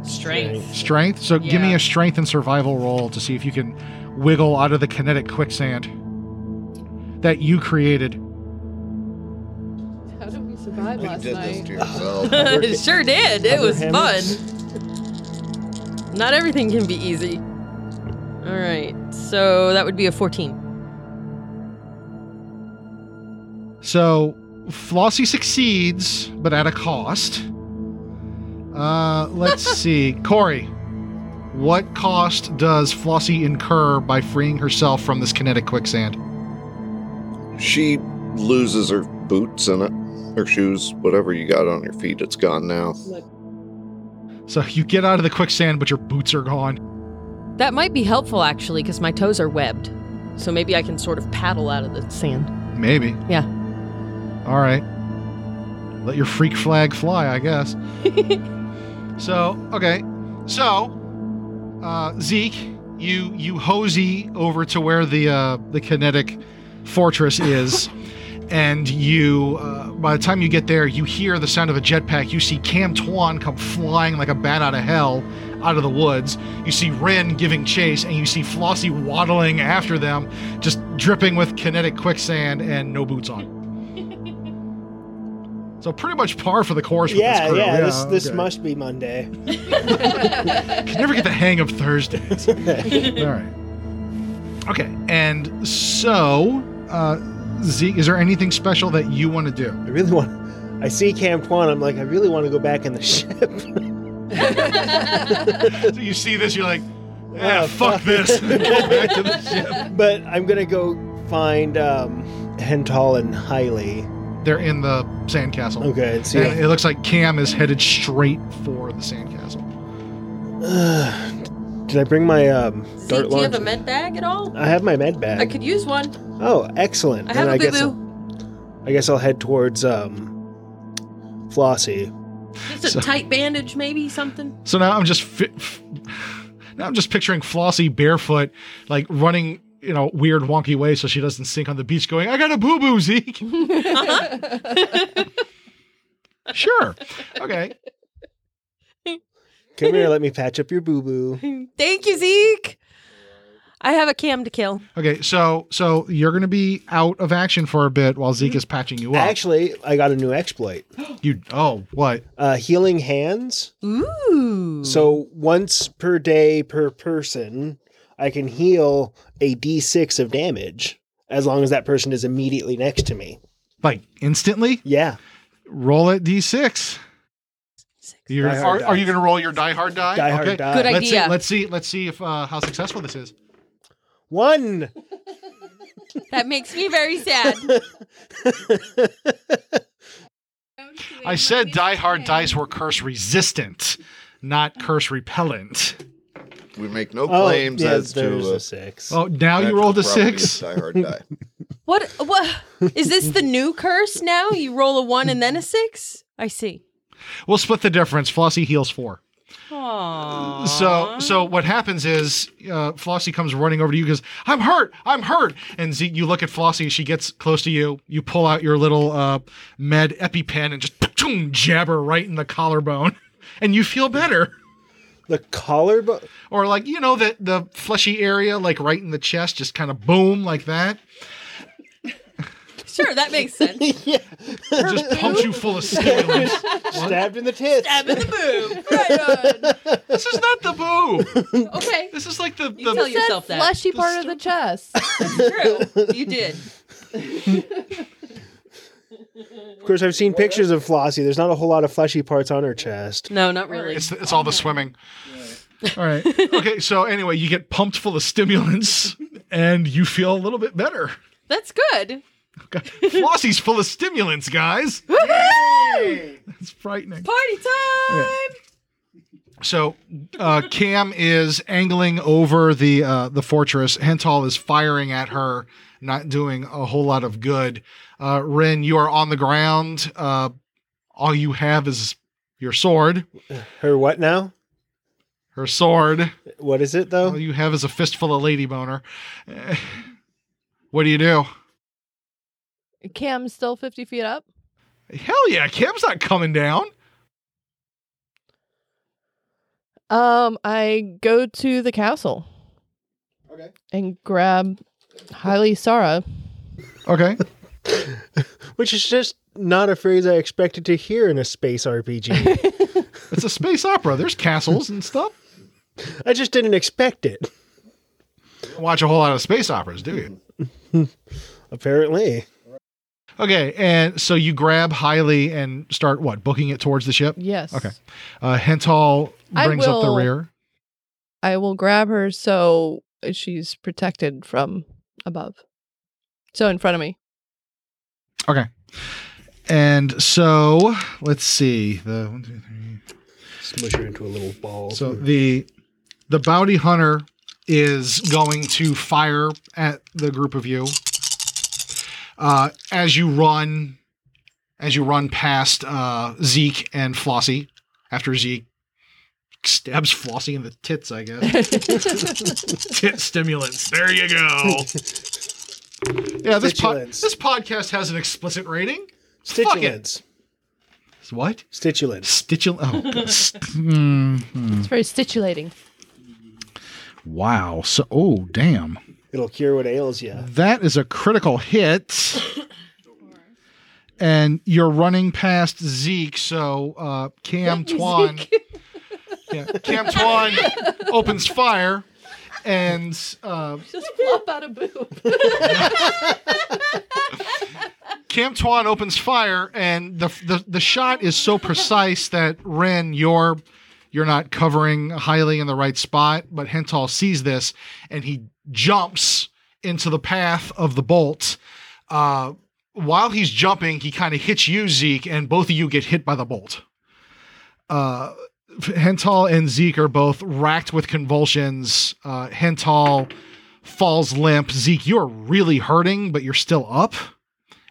Strength.
Strength. So give me
Yeah.
a strength and survival roll to see if you can wiggle out of the kinetic quicksand that you created.
How did we survive
You
last
did this to
night?
yourself.
sure did. It
Other
was fun.
hammocks?
Not everything can be easy. All right. So that would be a 14.
So Flossie succeeds, but at a cost. Uh, let's see, Corey. What cost does Flossie incur by freeing herself from this kinetic quicksand?
She loses her boots in it, her shoes, whatever you got on your feet. It's gone now.
So you get out of the quicksand, but your boots are gone.
That might be helpful actually because my toes are webbed. So maybe I can sort of paddle out of the sand.
Maybe.
Yeah.
All right. Let your freak flag fly, I guess. so, okay. So, uh, Zeke, you you hosey over to where the uh, the kinetic fortress is, and you uh, by the time you get there, you hear the sound of a jetpack. You see Cam Tuan come flying like a bat out of hell out of the woods. You see Rin giving chase, and you see Flossie waddling after them, just dripping with kinetic quicksand and no boots on. So pretty much par for the course. with this
Yeah,
crew.
yeah, This this
okay.
must be Monday.
Can never get the hang of Thursdays. All right. Okay, and so uh, Zeke, is there anything special that you want to do?
I really want. I see Cam Twan. I'm like, I really want to go back in the ship.
so you see this, you're like, ah,
Oh,
fuck,
fuck.
this. Go back to the ship.
but I'm gonna go find um, Hental and Hailey.
They're in the sandcastle.
Okay, and see.
And it looks like Cam is headed straight for the sandcastle.
did I bring my um, dart
Zeke, do you have
launcher?
a med bag at all?
I have my med bag.
I could use one.
Oh, excellent.
I
Then
have a boo
guess I'll-
boo.
I guess I'll head towards um, Flossie.
Just a
So-
tight bandage, maybe something.
So now I'm just fi- f- now I'm just picturing Flossie barefoot, like running, you know, weird wonky way so she doesn't sink on the beach. Going, I got a boo boo, Zeke. sure, okay.
Come here, let me patch up your boo boo.
Thank you, Zeke. I have a cam to kill.
Okay, so so you're gonna be out of action for a bit while
Mm-hmm.
Zeke is patching you up.
Actually, I got a new exploit.
you oh what?
Uh, healing hands.
Ooh.
So once per day per person, I can heal a d6 of damage as long as that person is immediately next to me.
Like instantly?
Yeah.
Roll it d6. You're,
Die
are,
hard
are you
dice.
gonna roll your die hard die?
Die hard
Okay.
die.
Good idea.
uh, Let's see, let's see. Let's see if uh, how successful this is.
One.
That makes me very sad.
I said die hard dice were curse resistant, not curse repellent.
We make no
Oh,
claims
yeah,
as
there's
to.
a six.
Oh, now you
natural
rolled a
properties
six.
of Die hard die.
what? What is this? The new curse now? You roll a one and then a six. I see.
We'll split the difference. Flossie heals four.
Aww.
So so what happens is uh, Flossie comes running over to you because I'm hurt, I'm hurt, and Z- you look at Flossie. She gets close to you. You pull out your little uh, med EpiPen and just patoom, jab her right in the collarbone, and you feel better.
The collarbone,
or like you know that the fleshy area, like right in the chest, just kind of boom like that.
Sure, that makes sense.
yeah.
Just pumps you full of stimulants.
Stabbed in the tits.
Stab in the boob. Right
This is not the boob.
on. Okay.
This is like the
You tell
the
Said
yourself that.
fleshy part of the chest.
True. You did.
Of course, I've seen pictures of Flossie. There's not a whole lot of fleshy parts on her chest.
No, not really.
It's, it's all the swimming. All right. Okay. So anyway, you get pumped full of stimulants, and you feel a little bit better.
That's good.
God, Flossie's full of stimulants, guys. It's frightening.
Party time.
So uh, Cam is angling over the uh, the fortress. Hental is firing at her, not doing a whole lot of good. Uh, Ren, you are on the ground. Uh, all you have is your sword.
Her what now?
Her sword.
What is it though?
All Oh, you have is a fistful of lady boner. what do you do?
Cam's still 50 feet up.
Hell yeah, Cam's not coming down.
Um, I go to the castle.
Okay.
And grab Haile Sara.
Okay.
Which is just not a phrase I expected to hear in a space RPG.
It's a space opera. There's castles and stuff.
I just didn't expect it.
You don't watch a whole lot of space operas, do you?
Apparently,
Okay, and so you grab Hailey and start what? Booking it towards the ship.
Yes.
Okay. Uh, Hental
I
brings up the
will-
rear.
I will grab her so she's protected from above. So in front of me.
Okay. And so let's see the one, two, three,
smush her into a little ball.
So the the bounty hunter is going to fire at the group of you. Uh, as you run, as you run past uh, Zeke and Flossie, after Zeke stabs Flossie in the tits, I guess. Tit stimulants. There you go. Yeah, this pod
Stimulants.
this podcast has an explicit rating. Fuck it.
Stitulence.
What?
Stitulence.
Stitchul. Oh, God. St- mm, mm.
It's very stitulating.
wow. So, oh, damn.
It'll cure what ails you.
That is a critical hit. and you're running past Zeke, so uh, Cam Twan. yeah, Cam Twan opens fire. And uh,
Just flop out a boob.
Cam Twan opens fire, and the, the the shot is so precise that Ren, you're you're not covering highly in the right spot, but Hental sees this and he jumps into the path of the bolt. Uh, while he's jumping, he kind of hits you, Zeke, and both of you get hit by the bolt. Uh, Hental and Zeke are both racked with convulsions. Uh, Hental falls limp. Zeke, you're really hurting, but you're still up.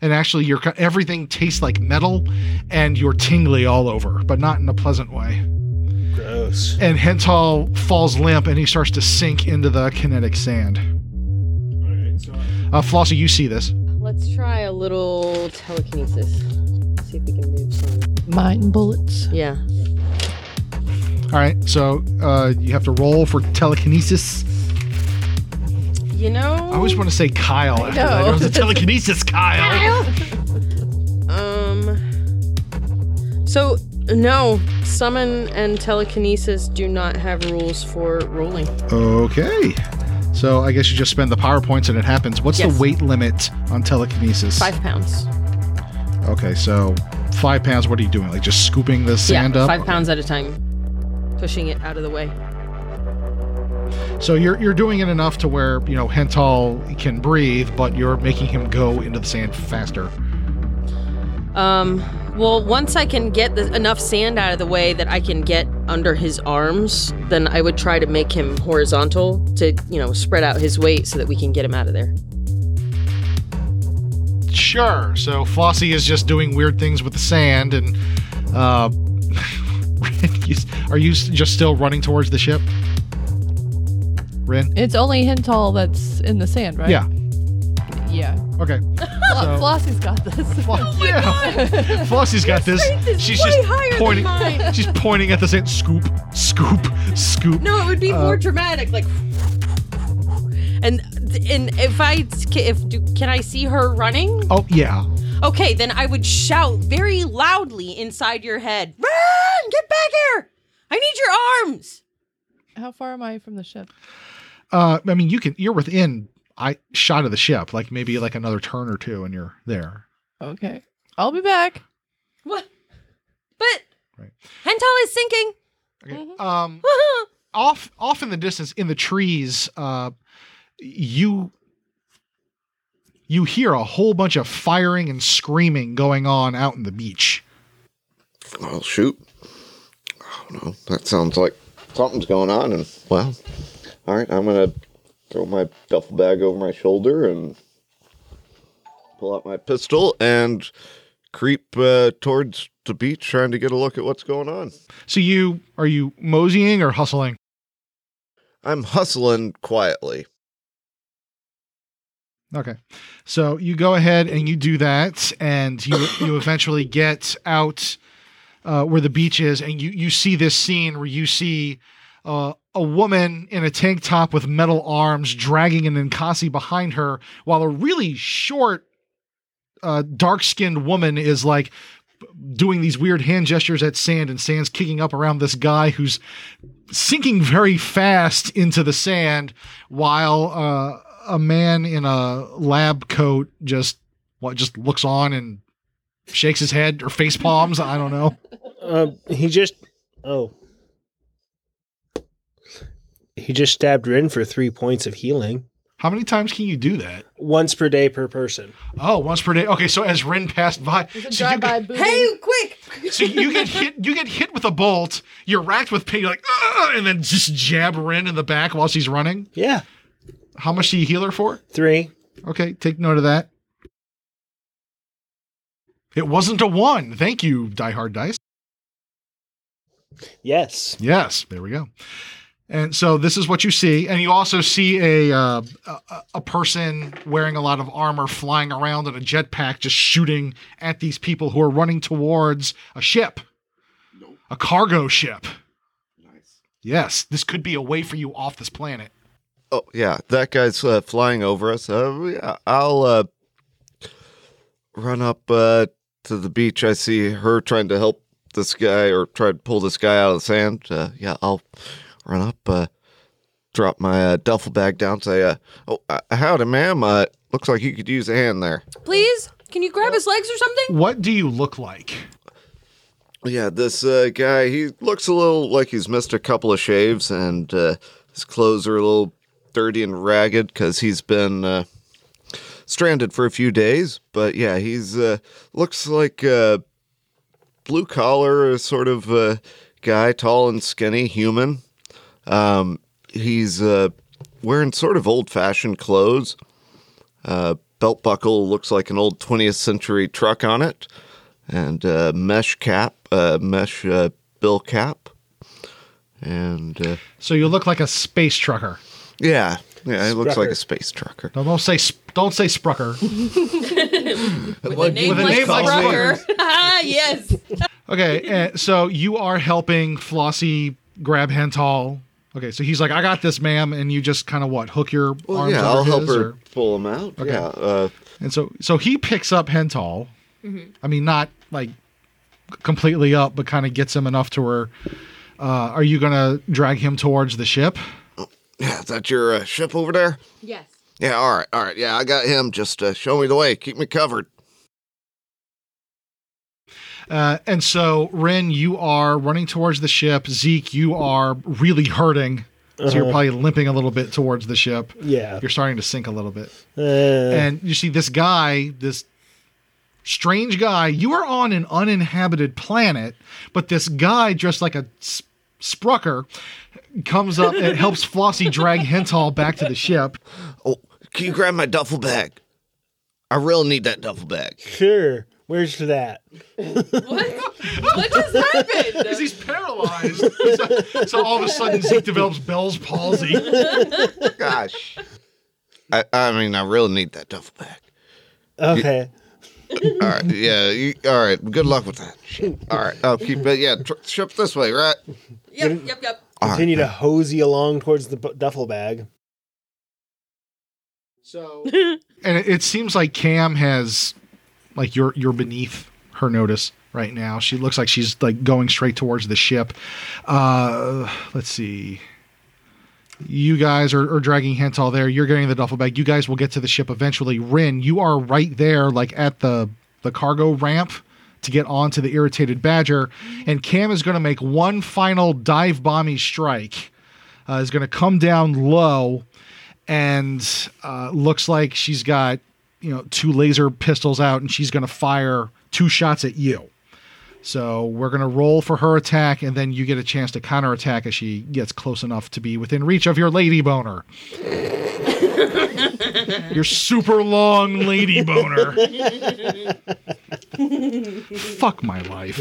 And actually, your everything tastes like metal, and you're tingly all over, but not in a pleasant way.
Gross.
And Hental falls limp, and he starts to sink into the kinetic sand. Uh, Flossie, you see this.
Let's try a little telekinesis. See if we can move some.
Mine bullets.
Yeah.
All right, so uh, you have to roll for telekinesis.
You know.
I always want to say Kyle after
know.
that. It was a telekinesis, Kyle.
Um. So no, summon and telekinesis do not have rules for rolling.
Okay. So I guess you just spend the power points and it happens. What's
Yes.
the weight limit on telekinesis?
Five pounds.
Okay, so five pounds. What are you doing? Like just scooping the sand
yeah,
up?
five pounds at a time, pushing it out of the way.
So you're you're doing it enough to where you know Hental can breathe, but you're making him go into the sand faster.
Um. Well, once I can get the, enough sand out of the way that I can get under his arms, then I would try to make him horizontal to, you know, spread out his weight so that we can get him out of there.
Sure. So Flossie is just doing weird things with the sand, and uh, He's- Are you s- just still running towards the ship? Rin?
It's only Hintal that's in the sand, right?
Yeah.
Yeah.
Okay.
Flo- oh
So-
Flossie's got this.
yeah. Flossie's got this. She's just pointing. She's pointing at the sand. Scoop, scoop, scoop.
No, it would be
Uh,
more dramatic, like. And and if I if do, can I see her running?
Oh yeah.
Okay, then I would shout very loudly inside your head. Run! Get back here! I need your arms.
How far am I from the ship?
Uh, I mean, you can. You're within I shot of the ship. Like maybe like another turn or two, and you're there.
Okay. I'll be back.
What? But
Right.
Hental is sinking.
Um, off off in the distance, in the trees, uh, you you hear a whole bunch of firing and screaming going on out in the beach.
Oh, shoot. I don't know. That sounds like something's going on. And, well, all right, I'm going to throw my duffel bag over my shoulder and pull out my pistol and creep uh, towards the beach trying to get a look at what's going on.
So you are you moseying or hustling?
I'm hustling quietly.
Okay. So you go ahead and you do that, and you you eventually get out uh, where the beach is, and you you see this scene where you see uh, a woman in a tank top with metal arms dragging an Nkasi behind her, while a really short, uh, dark skinned woman is like doing these weird hand gestures at sand, and sand's kicking up around this guy who's sinking very fast into the sand while uh, a man in a lab coat just what just looks on and shakes his head or face palms i don't know
Uh, he just. Oh. He just stabbed Rin for three points of healing.
how many times can you do that
Once per day per person.
oh once per day okay so as ren passed by so you,
Drive-by
get,
booby.
Hey, quick!
so you get hit you get hit with a bolt you're racked with pain you're like "Ugh," and then just jab ren in the back while she's running
Yeah.
how much do you heal her for
Three.
okay take note of that it wasn't a one thank you die hard dice
Yes.
Yes, there we go. And so this is what you see, and you also see a uh, a, a person wearing a lot of armor flying around in a jetpack, just shooting at these people who are running towards a ship, a cargo ship. Nice. Yes, this could be a way for you off this planet.
Oh, yeah, that guy's uh, flying over us. Uh, yeah, I'll uh, run up uh, to the beach. I see her trying to help this guy or try to pull this guy out of the sand. Uh, yeah, I'll run up, uh, drop my uh, duffel bag down, say, uh, Oh, uh, howdy, ma'am. Uh, looks like you could use a hand there.
Please, can you grab his legs or something?
What do you look like?
Yeah, this uh, guy, he looks a little like he's missed a couple of shaves, and uh, his clothes are a little dirty and ragged because he's been uh, stranded for a few days. But yeah, he's uh, looks like a blue collar sort of uh, guy, tall and skinny, human. Um, he's uh, wearing sort of old fashioned clothes. Uh, belt buckle looks like an old 20th century truck on it and uh, mesh cap, uh, mesh uh, bill cap, and uh,
So you look like a space trucker.
yeah, yeah, it looks like
Sprucker.
a space trucker.
No, don't say sp- don't say sprucker.
What
Name
With a
like
name like
Sprucker. Ah, yes.
Okay, uh, so you are helping Flossie grab Hental. Okay, so he's like, "I got this, ma'am," and you just kind of what hook your
well,
arms
yeah,
over
I'll help
his,
her
or-
pull him out. Yeah, uh,
and so so he picks up Hental.
Mm-hmm.
I mean, not like completely up, but kind of gets him enough to where. Uh, are you gonna drag him towards the ship?
yeah, is that your uh, ship over there?
Yes.
Yeah, all right, all right, yeah, I got him. Just uh, show me the way, keep me covered.
Uh, and so, Ren, you are running towards the ship. Zeke, you are really hurting, so
Uh-huh.
you're probably limping a little bit towards the ship.
Yeah.
You're starting to sink a little bit.
Uh,
and you see this guy, this strange guy. You are on an uninhabited planet, but this guy dressed like a s- sprucker comes up and helps Flossie drag Hental back to the ship.
Oh, can you grab my duffel bag? I really need that duffel bag.
sure. Where's that?
What just happened?
Because he's paralyzed. so, so all of a sudden, Zeke develops Bell's palsy.
Gosh. I, I mean, I really need that duffel bag.
Okay.
All right. Yeah. You, all right. Good luck with that. Shit. All right. I'll keep it. Yeah. Tr- ship this way, right?
Yep, yep, yep.
All right.
Continue to hose you along towards the bu- duffel bag.
So, and it, it seems like Cam has, like, you're you're beneath her notice right now. She looks like she's like going straight towards the ship. Uh, let's see. You guys are, are dragging Hental there. You're getting the duffel bag. You guys will get to the ship eventually. Rin, you are right there, like at the the cargo ramp to get onto the irritated badger. And Cam is going to make one final dive bomby strike. Uh, is going to come down low and uh, looks like she's got you know two laser pistols out and she's going to fire two shots at you so we're going to roll for her attack and then you get a chance to counterattack as she gets close enough to be within reach of your lady boner your super long lady boner fuck my life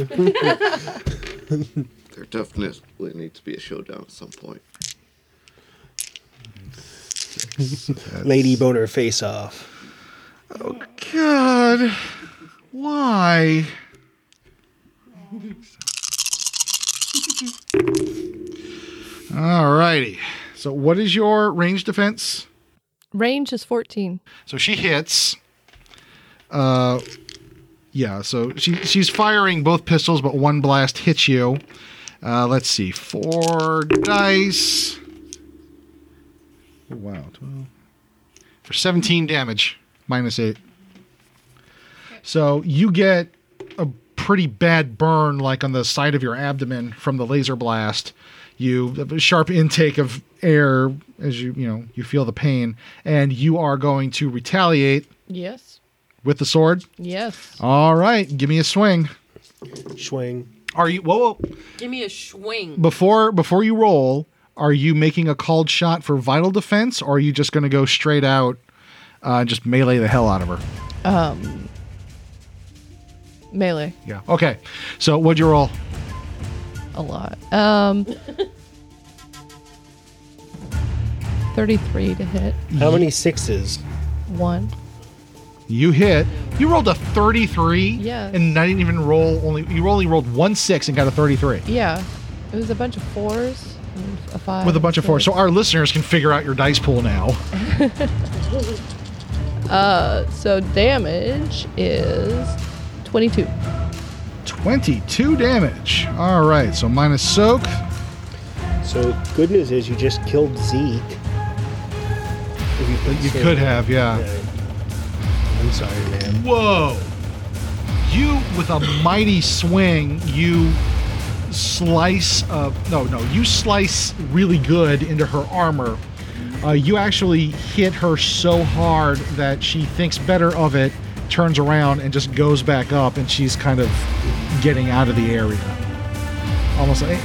There definitely needs to be a showdown at some point.
Lady boner face off.
God, why? Alrighty. So, what is your range defense?
Range is 14.
So she hits. Uh, yeah. So she she's firing both pistols, but one blast hits you. Uh, let's see, four dice. Oh, wow, twelve for seventeen damage, minus eight. So you get a pretty bad burn, like on the side of your abdomen from the laser blast. You have a sharp intake of air as you you know you feel the pain, and you are going to retaliate
Yes.
with the sword.
Yes.
All right, give me a swing.
Swing.
Are you whoa, whoa.
Give me a swing.
before before you roll? Are you making a called shot for vital defense, or are you just going to go straight out uh, and just melee the hell out of her?
Melee.
Yeah. Okay. So what'd you roll?
A lot. Um 33 to hit.
How many sixes?
1.
You hit. You rolled a 33
Yes.
and I didn't even roll only you only rolled one 6 and got a 33
Yeah. It was a bunch of 4s and a 5.
with a bunch of fours. So our listeners can figure out your dice pool now.
So damage is 22.
22 damage. All right. So minus soak.
So good news is you just killed Zeke. If you put
You
Zeke-
could have, yeah.
Yeah. I'm sorry, man.
Whoa! You, with a mighty swing, you slice. Uh, no, no, you slice really good into her armor. Uh, you actually hit her so hard that she thinks better of it, turns around, and just goes back up, and she's kind of getting out of the area. Almost like.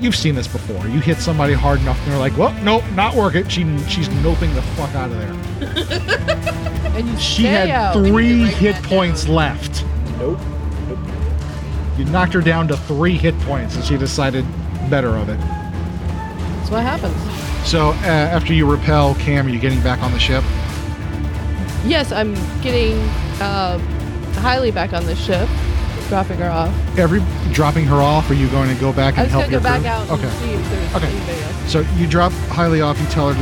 You've seen this before. You hit somebody hard enough, and they're like, "Well, nope, not working." She she's noping the fuck out of there.
And you
She
stay
had
out.
three hit points left.
Nope.
You knocked her down to three hit points, and she decided better of it.
That's what happens.
So uh, after you repel Cam, are you getting back on the ship?
Yes, I'm getting uh, highly back on the ship, dropping her off.
Every dropping her off, are you going to go back and
I was
help
gonna
your
go back
crew?
out and
Okay.
see if there's
Okay.
anybody else.
So you drop Highly off. You tell her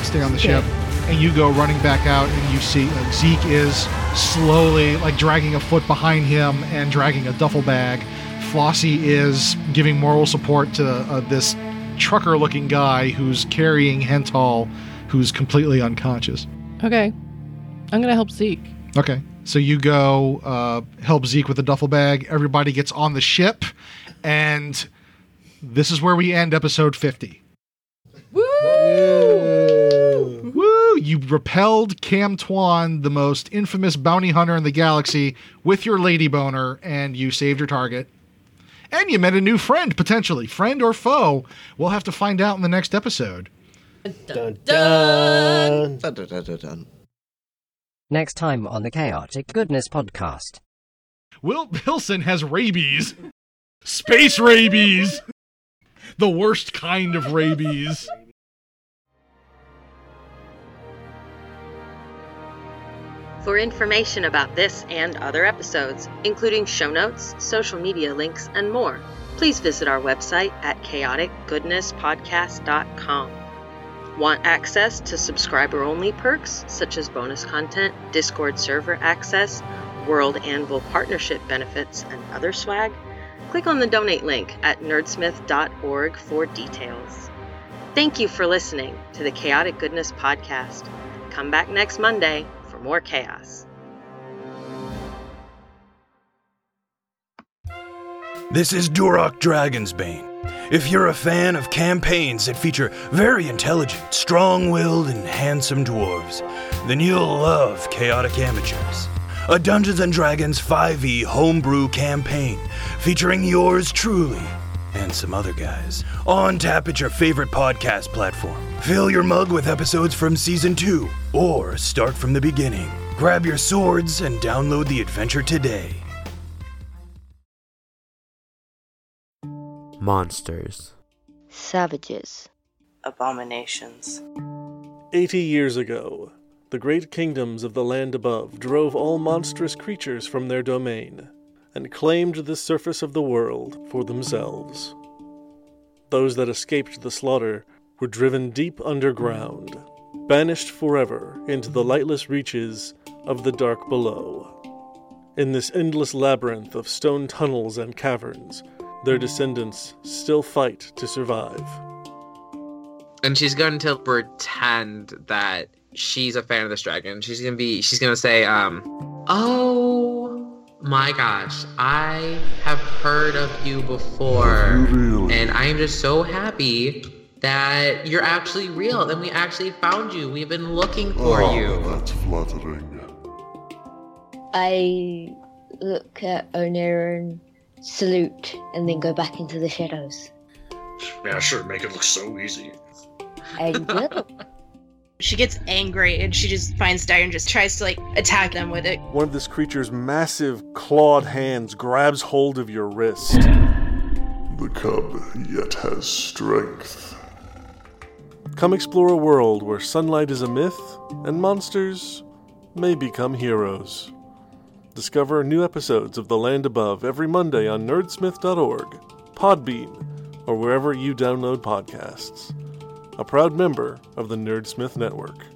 to stay on the ship, and you go running back out, and you see like, Zeke is slowly like dragging a foot behind him and dragging a duffel bag. Flossie is giving moral support to uh, this trucker-looking guy who's carrying Hental, who's completely unconscious.
Okay, I'm gonna help Zeke.
Okay. So you go uh, help Zeke with the duffel bag. Everybody gets on the ship, and this is where we end episode 50. Woo! Woo! You repelled Cam Twan, the most infamous bounty hunter in the galaxy, with your lady boner, and you saved your target. And you met a new friend, potentially. Friend or foe. We'll have to find out in the next episode.
Dun dun.
Dun, dun, dun, dun, dun.
Next time on the Chaotic Goodness Podcast.
Will Wilson has rabies. Space rabies. The worst kind of rabies.
For information about this and other episodes, including show notes, social media links, and more, please visit our website at chaoticgoodnesspodcast.com. Want access to subscriber only perks such as bonus content, Discord server access, World Anvil partnership benefits, and other swag? Click on the donate link at nerdsmith.org for details. Thank you for listening to the Chaotic Goodness Podcast. Come back next Monday for more chaos.
This is Durok Dragonsbane. If you're a fan of campaigns that feature very intelligent, strong willed, and handsome dwarves, then you'll love Chaotic Amateurs, a Dungeons and Dragons 5e homebrew campaign featuring yours truly and some other guys. On tap at your favorite podcast platform. Fill your mug with episodes from season two, or start from the beginning. Grab your swords and download the adventure today.
Monsters.
Savages.
Abominations.
Eighty years ago, the great kingdoms of the land above drove all monstrous creatures from their domain and claimed the surface of the world for themselves. Those that escaped the slaughter were driven deep underground, banished forever into the lightless reaches of the dark below. In this endless labyrinth of stone tunnels and caverns, their descendants still fight to survive.
And she's going to pretend that she's a fan of this dragon. She's gonna be she's gonna say, um, Oh my gosh, I have heard of you before. And I am just so happy that you're actually real and we actually found you. We've been looking for
Ah,
you.
That's flattering.
I look at Onera and salute, and then go back into the shadows.
Yeah, sure, make it look so easy.
I will.
She gets angry and she just finds Dyer and just tries to like attack them with it.
One of this creature's massive clawed hands grabs hold of your wrist.
The cub yet has strength.
Come explore a world where sunlight is a myth and monsters may become heroes. Discover new episodes of The Land Above every Monday on nerdsmith.org, Podbean, or wherever you download podcasts. A proud member of the Nerdsmith Network.